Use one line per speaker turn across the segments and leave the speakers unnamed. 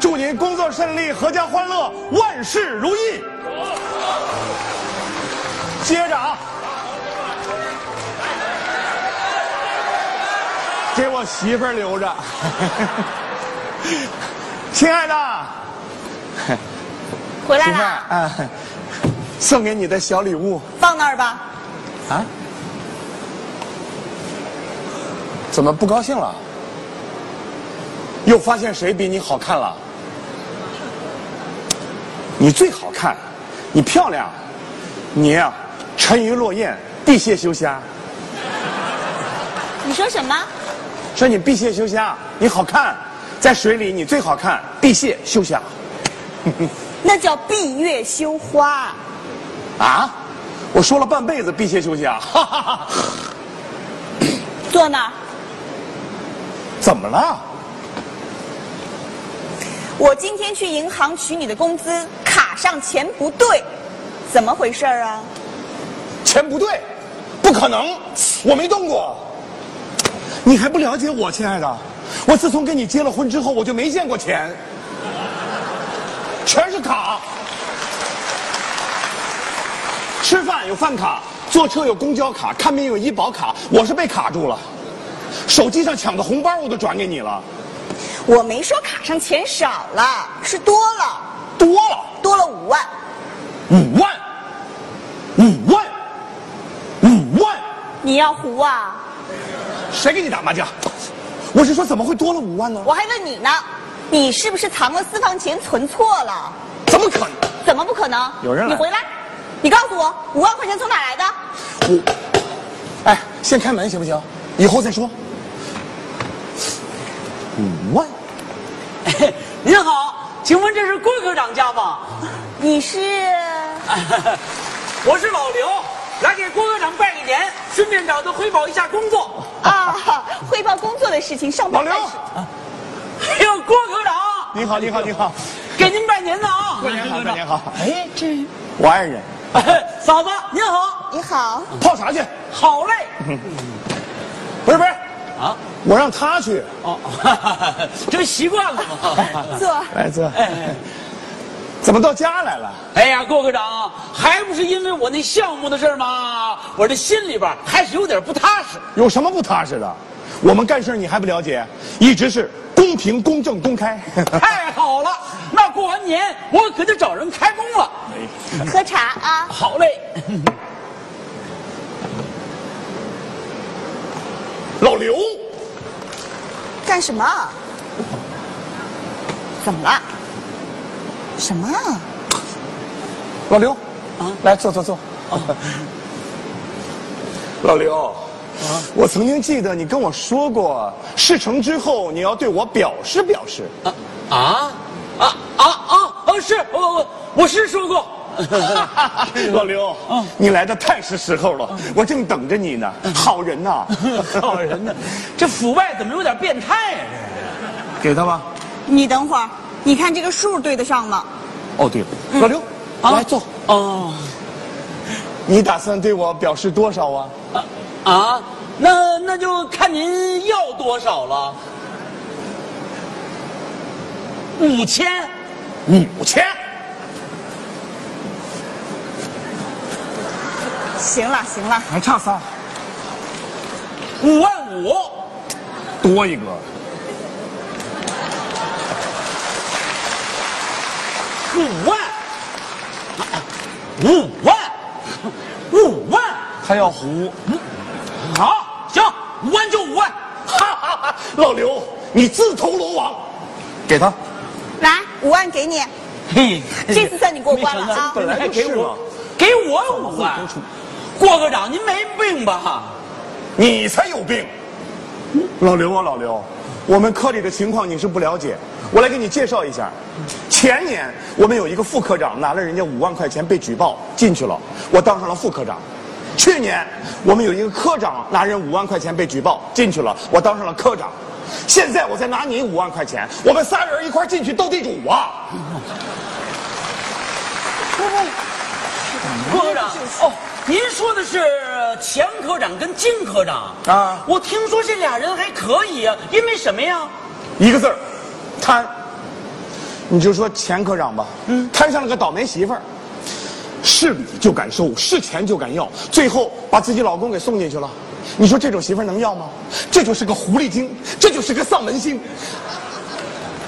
祝您工作顺利，阖家欢乐，万事如意。接着啊，给我媳妇儿留着。 亲爱的，
回来
媳妇儿
啦，
啊，送给你的小礼物
放那儿吧。
啊，怎么不高兴了？又发现谁比你好看了？你最好看，你漂亮，你呀、沉鱼落雁，闭蟹修虾。
你说什么？
说你闭蟹修虾，你好看，在水里你最好看，闭蟹修虾。
那叫闭月羞花。
啊，我说了半辈子闭蟹修虾，哈哈哈。
坐那儿，
怎么了？
我今天去银行取你的工资，卡上钱不对，怎么回事儿啊？
钱不对，不可能，我没动过。你还不了解我，亲爱的，我自从跟你结了婚之后，我就没见过钱，全是卡。吃饭有饭卡，坐车有公交卡，看病有医保卡，我是被卡住了。手机上抢的红包我都转给你了，
我没说卡上钱少了，是多了，
多了
多了五万。
五万，五万，五万，
你要胡啊？
谁给你打麻将？我是说怎么会多了五万呢？
我还问你呢，你是不是藏了私房钱存错了？
怎么可能？
怎么不可能？
有人来
你回来，你告诉我五万块钱从哪来的？
我，哎，先开门行不行？以后再说。五万，
您好，请问这是郭科长家吗？
你是
我是老刘，来给郭科长拜个年，顺便找他汇报一下工作。
啊，汇报工作的事情，上
老
班
刘
开始，
哎呦，郭科长，
你好，你好，你好，
给您拜年呢啊！
过年好，过年好，
哎，这
我爱人，
嫂子您好，
你好，
泡茶去，
好嘞。
不是不是，
啊，
我让他去，
哦， 这不习惯了 吗？
坐。
来坐，
哎
怎么到家来了？
哎呀，郭科长，还不是因为我那项目的事儿吗？我这心里边还是有点不踏 实。
有什么不踏实的？我们干事你还不了解，一直是公平、公正、公开。
太好了，那过完年我可得找人开工了。
喝茶啊，
好嘞，
老刘，
干什么？怎么了？什么？
老刘，来坐坐坐。哦 老刘，我曾经记得你跟我说过，事成之后你要对我表示表示。
啊啊啊啊啊！啊是我我我是说过，
老刘，你来的太是时候了，我正等着你呢。好人 呐，
好人呢，这腐败怎么有点变态呀、
给他吧。
你等会儿，你看这个数对得上吗？
哦，对了，老刘，
啊这
来坐。。
哦
你打算对我表示多少啊？
啊啊，那那就看您要多少了，五千。
五千。
行了行了，
还差仨，
五万五，
多一个。
五万，五万，五万，嗯
还要胡。
好，行，五万就五万，
哈哈哈！老刘，你自投罗网。给他。
来五万给你，
嘿，
这次算你过关了啊
本来就是嘛
给我，给我五万，郭科长您没病吧？
你才有病！老刘啊，老刘，我们科里的情况你是不了解，我来给你介绍一下。前年我们有一个副科长拿了人家五万块钱被举报进去了，我当上了副科长。去年我们有一个科长拿人五万块钱被举报进去了，我当上了科长。现在我再拿你五万块钱，我们仨人一块儿进去斗地主啊！
郭科长，哦，您说的是钱科长跟金科长
啊
我听说这俩人还可以啊，因为什么呀？
一个字儿，贪。你就说钱科长吧，嗯，摊上了个倒霉媳妇儿，是礼就敢收，是钱就敢要，最后把自己老公给送进去了。你说这种媳妇儿能要吗？这就是个狐狸精，这就是个丧门星。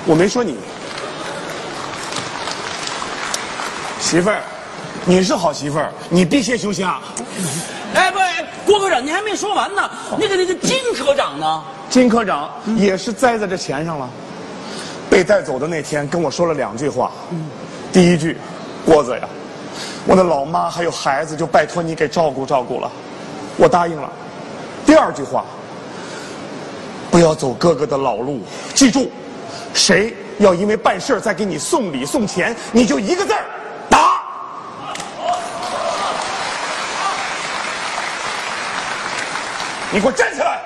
我没说你，媳妇儿，你是好媳妇儿，你避邪修心啊。
哎，不，哎郭科长，您还没说完呢。那个那个金科长呢？
金科长也是栽在这钱上了，被带走的那天跟我说了两句话。第一句，郭子呀，我的老妈还有孩子，就拜托你给照顾照顾了，我答应了。第二句话，不要走哥哥的老路，记住，谁要因为办事儿再给你送礼送钱，你就一个字儿打。你给我站起来！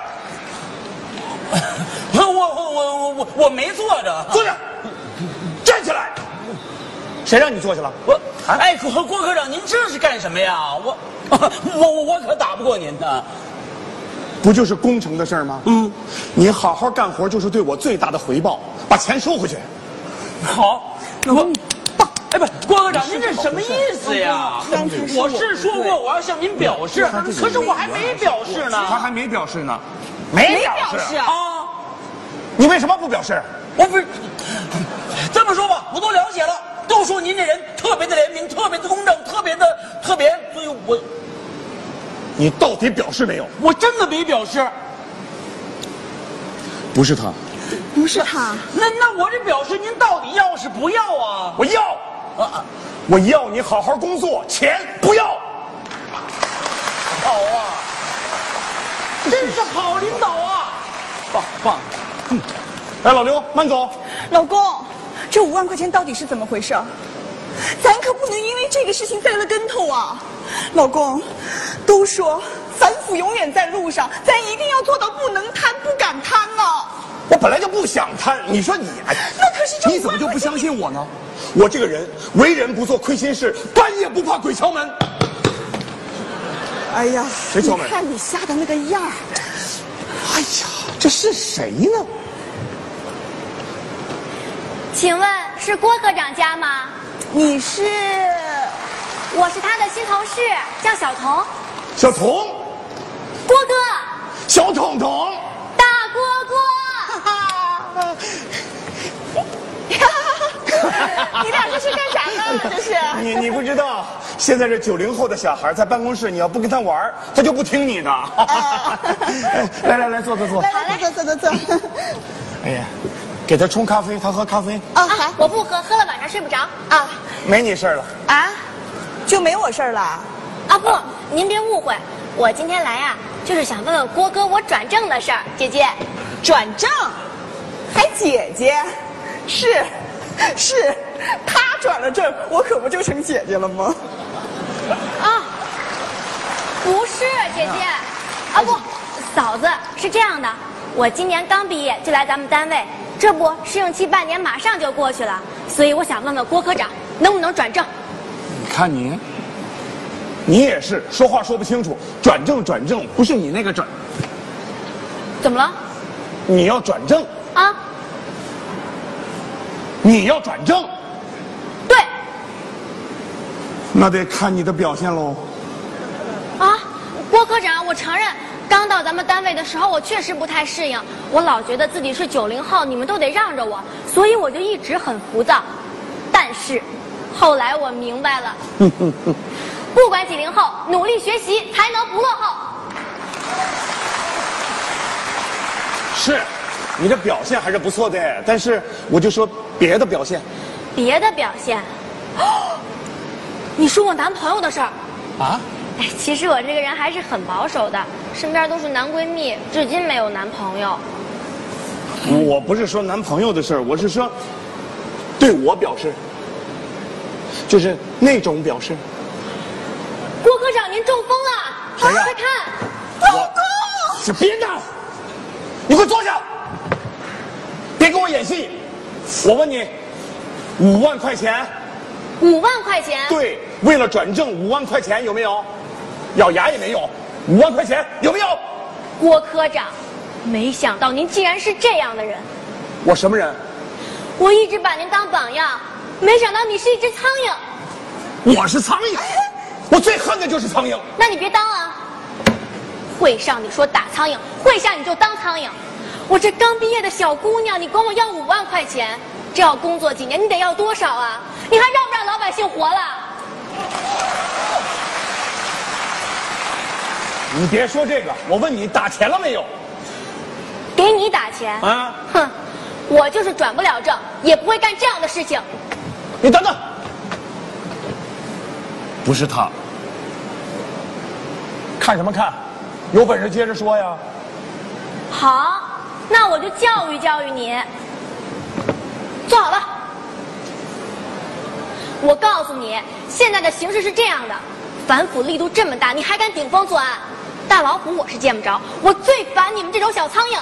我我我我我我没坐着。
坐下，站起来。谁让你坐下了？
我
啊
哎，郭郭科长，您这是干什么呀？我 我我我可打不过您呢。
不就是工程的事儿吗？嗯，你好好干活就是对我最大的回报，把钱收回去。
好，那我。哎，不，郭科长，您这什么意思呀？
刚才是
我是说过我要向您表示，可是我还没表示
他
呢。
还没表示呢，没
没表示啊
啊，
你为什么不表示？
我不是这么说吧，我都了解了，都说您这人特别的廉明，特别的公正，特别的特别，所以我
你到底表示没有？
我真的没表示。
不是他，
不是他，
那那我这表示您到底要是不要啊？
我要，
啊啊，
我要你好好工作，钱不要。
好啊，真是好领导啊！棒棒，
哎，老刘，慢走。
老公，这五万块钱到底是怎么回事儿？咱可不能因为这个事情栽了跟头啊！老公，都说反腐永远在路上，咱一定要做到不能贪、不敢贪啊！
我本来就不想贪，你说你，哎
那可是这
你怎么就不相信我呢？我这个人为人不做亏心事，半夜不怕鬼敲门。
哎呀，
谁敲门
你看你吓的那个样儿，
哎呀，这是谁呢？
请问是郭科长家吗？
你是
我是他的新同事，叫小童。
小童，
郭哥，
小彤彤，
大郭郭，
你俩这是干啥呢？这是
你你不知道，现在这九零后的小孩在办公室，你要不跟他玩儿，他就不听你的。 哎来来来，坐坐坐。
来来坐坐坐坐坐
哎呀，给他冲咖啡，他喝咖啡，
啊，好
我不喝，喝了晚上睡不着。
啊
没你事儿了。
啊，就没我事儿了。
啊不，您别误会，我今天来啊，就是想问问郭哥我转正的事儿。姐姐，
转正，还姐姐，是是，她转了正，我可不就成姐姐了吗？
啊，不是姐姐，啊不，嫂子是这样的，我今年刚毕业就来咱们单位，这不试用期半年马上就过去了，所以我想问问郭科长能不能转正。
你看你，你也是说话说不清楚，转正转正，不是你那个转，
怎么了？
你要转正，
啊，
你要转正，
对
那得看你的表现喽。
啊，郭科长，我承认，刚到咱们单位的时候，我确实不太适应，我老觉得自己是九零后，你们都得让着我，所以我就一直很浮躁。但是，后来我明白 了，不管几零后，努力学习才能不落后。
是，你的表现还是不错的，但是我就说别的表现，
别的表现， 你说我男朋友的事儿。
啊，
哎，其实我这个人还是很保守的，身边都是男闺蜜，至今没有男朋友。
我不是说男朋友的事儿，我是说对我表示，就是那种表示。
郭科长，您中风了，
谁呀
快看！
老公，是别闹，你给我坐下，别跟我演戏。我问你，五万块钱，
五万块钱，
对，为了转正五万块钱有没有？咬牙也没有，五万块钱有没有？
郭科长，没想到您竟然是这样的人。
我什么人？
我一直把您当榜样，没想到你是一只苍蝇。
我是苍蝇，我最恨的就是苍蝇。
那你别当啊！会上你说打苍蝇，会下你就当苍蝇。我这刚毕业的小姑娘，你管我要五万块钱，这要工作几年，你得要多少啊？你还让不让老百姓活了？
你别说这个，我问你打钱了没有？
给你打钱
啊
哼，我就是转不了正，也不会干这样的事情。
你等等，不是他，看什么看？有本事接着说呀！
好，那我就教育教育你。坐好了，我告诉你，现在的形势是这样的，反腐力度这么大，你还敢顶风作案？大老虎我是见不着，我最烦你们这种小苍蝇。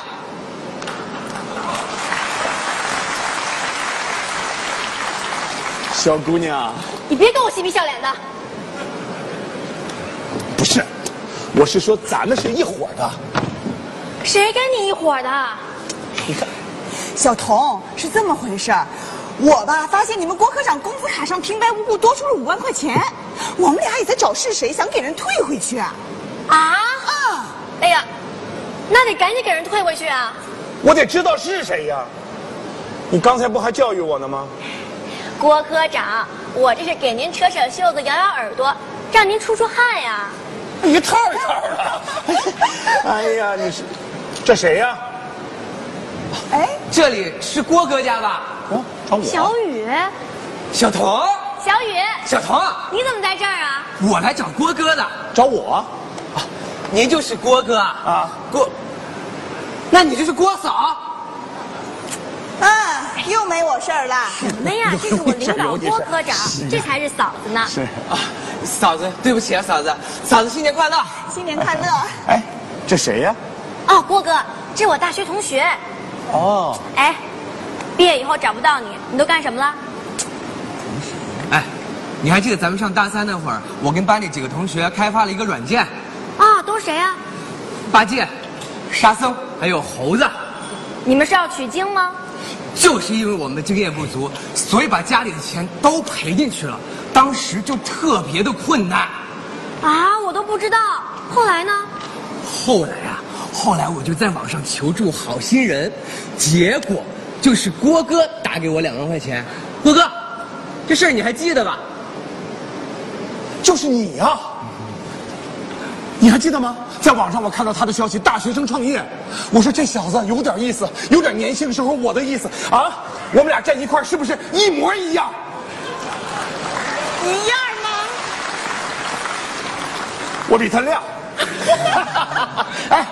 小姑娘，
你别跟我嬉皮笑脸的，
不是，我是说咱们是一伙儿的。
谁跟你一伙儿的？
你看，
小童是这么回事儿，我吧发现你们郭科长工资卡上平白无故多出了五万块钱，我们俩也在找是谁，想给人退回去啊。
啊？
啊，
哎呀，那得赶紧给人退回去啊！
我得知道是谁呀！你刚才不还教育我呢吗？
郭科长，我这是给您扯扯袖子、摇摇耳朵，让您出出汗呀、
一套一套的。哎呀，你是这谁呀？
哎，
这里是郭哥家吧？
哦，找我
小雨，
小童，
小雨，
小童，
你怎么在这儿啊？
我来找郭哥的。
找我？
您就是郭哥啊？
啊，
郭，那你就是郭嫂？
啊，又没我事儿了。
什么呀？这是我领导郭科长，这才是嫂子呢。
是。
啊，嫂子，对不起啊，嫂子，嫂子新年快乐。
新年快乐！
哎，这谁呀？
哦，郭哥，这是我大学同学。
哦，
哎，毕业以后找不到你，你都干什么了？
哎，你还记得咱们上大三那会儿，我跟班里几个同学开发了一个软件，
啊，都是谁啊？
八戒、沙僧还有猴子，
你们是要取经吗？
就是因为我们的经验不足，所以把家里的钱都赔进去了，当时就特别的困难。
啊，我都不知道。后来呢？
后来啊，后来我就在网上求助好心人，结果就是郭哥打给我两万块钱。郭哥，这事儿你还记得吧？
就是你呀、你还记得吗？在网上我看到他的消息，大学生创业。我说这小子有点意思，有点年轻时候我的意思啊！我们俩站一块儿是不是一模一样？
一样吗？
我比他亮。哎，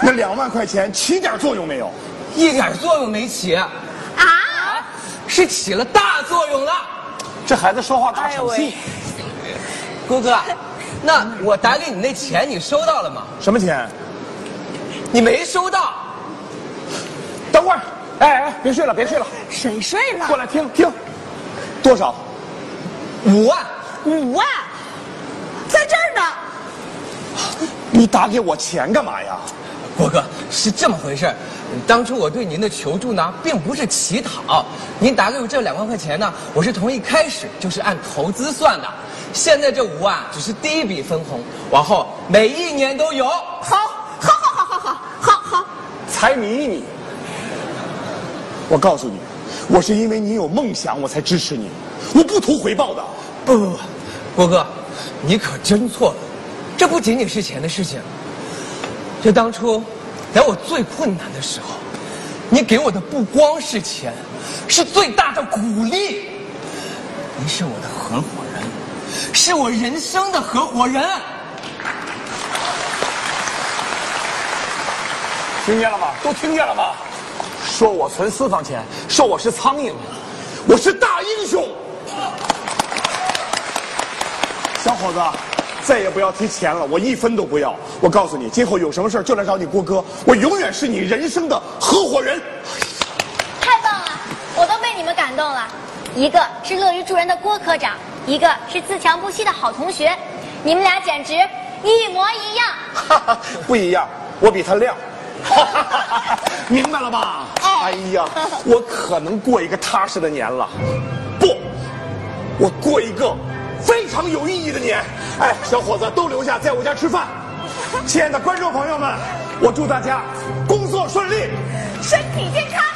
那两万块钱起点作用没有？
一点作用没起，
啊，
是起了大作用了。
这孩子说话大场
哎
戏
呦。
郭哥，那我打给你那钱你收到了吗？
什么钱？
你没收到。
等会儿，哎哎，别睡了，别睡了，
谁睡
过
了？
来听听。多少？
五万，
五万，在这儿呢。
你打给我钱干嘛呀？
郭哥是这么回事儿当初我对您的求助呢，并不是乞讨，您打给我这两万块钱呢，我是从一开始就是按投资算的。现在这五万只是第一笔分红，往后每一年都有。
好，好，好，好，好，好，好，好。
财迷你。我告诉你，我是因为你有梦想，我才支持你，我不图回报的。
不不不，郭哥，你可真错了，这不仅仅是钱的事情。这当初，在我最困难的时候，你给我的不光是钱，是最大的鼓励。您是我的合伙人，是我人生的合伙人。
听见了吗？都听见了吗？说我存私房钱，说我是苍蝇，我是大英雄。小伙子，再也不要提钱了，我一分都不要。我告诉你，今后有什么事儿就来找你郭哥，我永远是你人生的合伙人。
太棒了，我都被你们感动了。一个是乐于助人的郭科长，一个是自强不息的好同学，你们俩简直一模一样。
哈哈，不一样，我比他亮。 明白了吧？ 哎呀，我可能过一个踏实的年了，不，我过一个非常有意义的年。哎，小伙子，都留下，在我家吃饭。亲爱的观众朋友们，我祝大家工作顺利。
身体健康。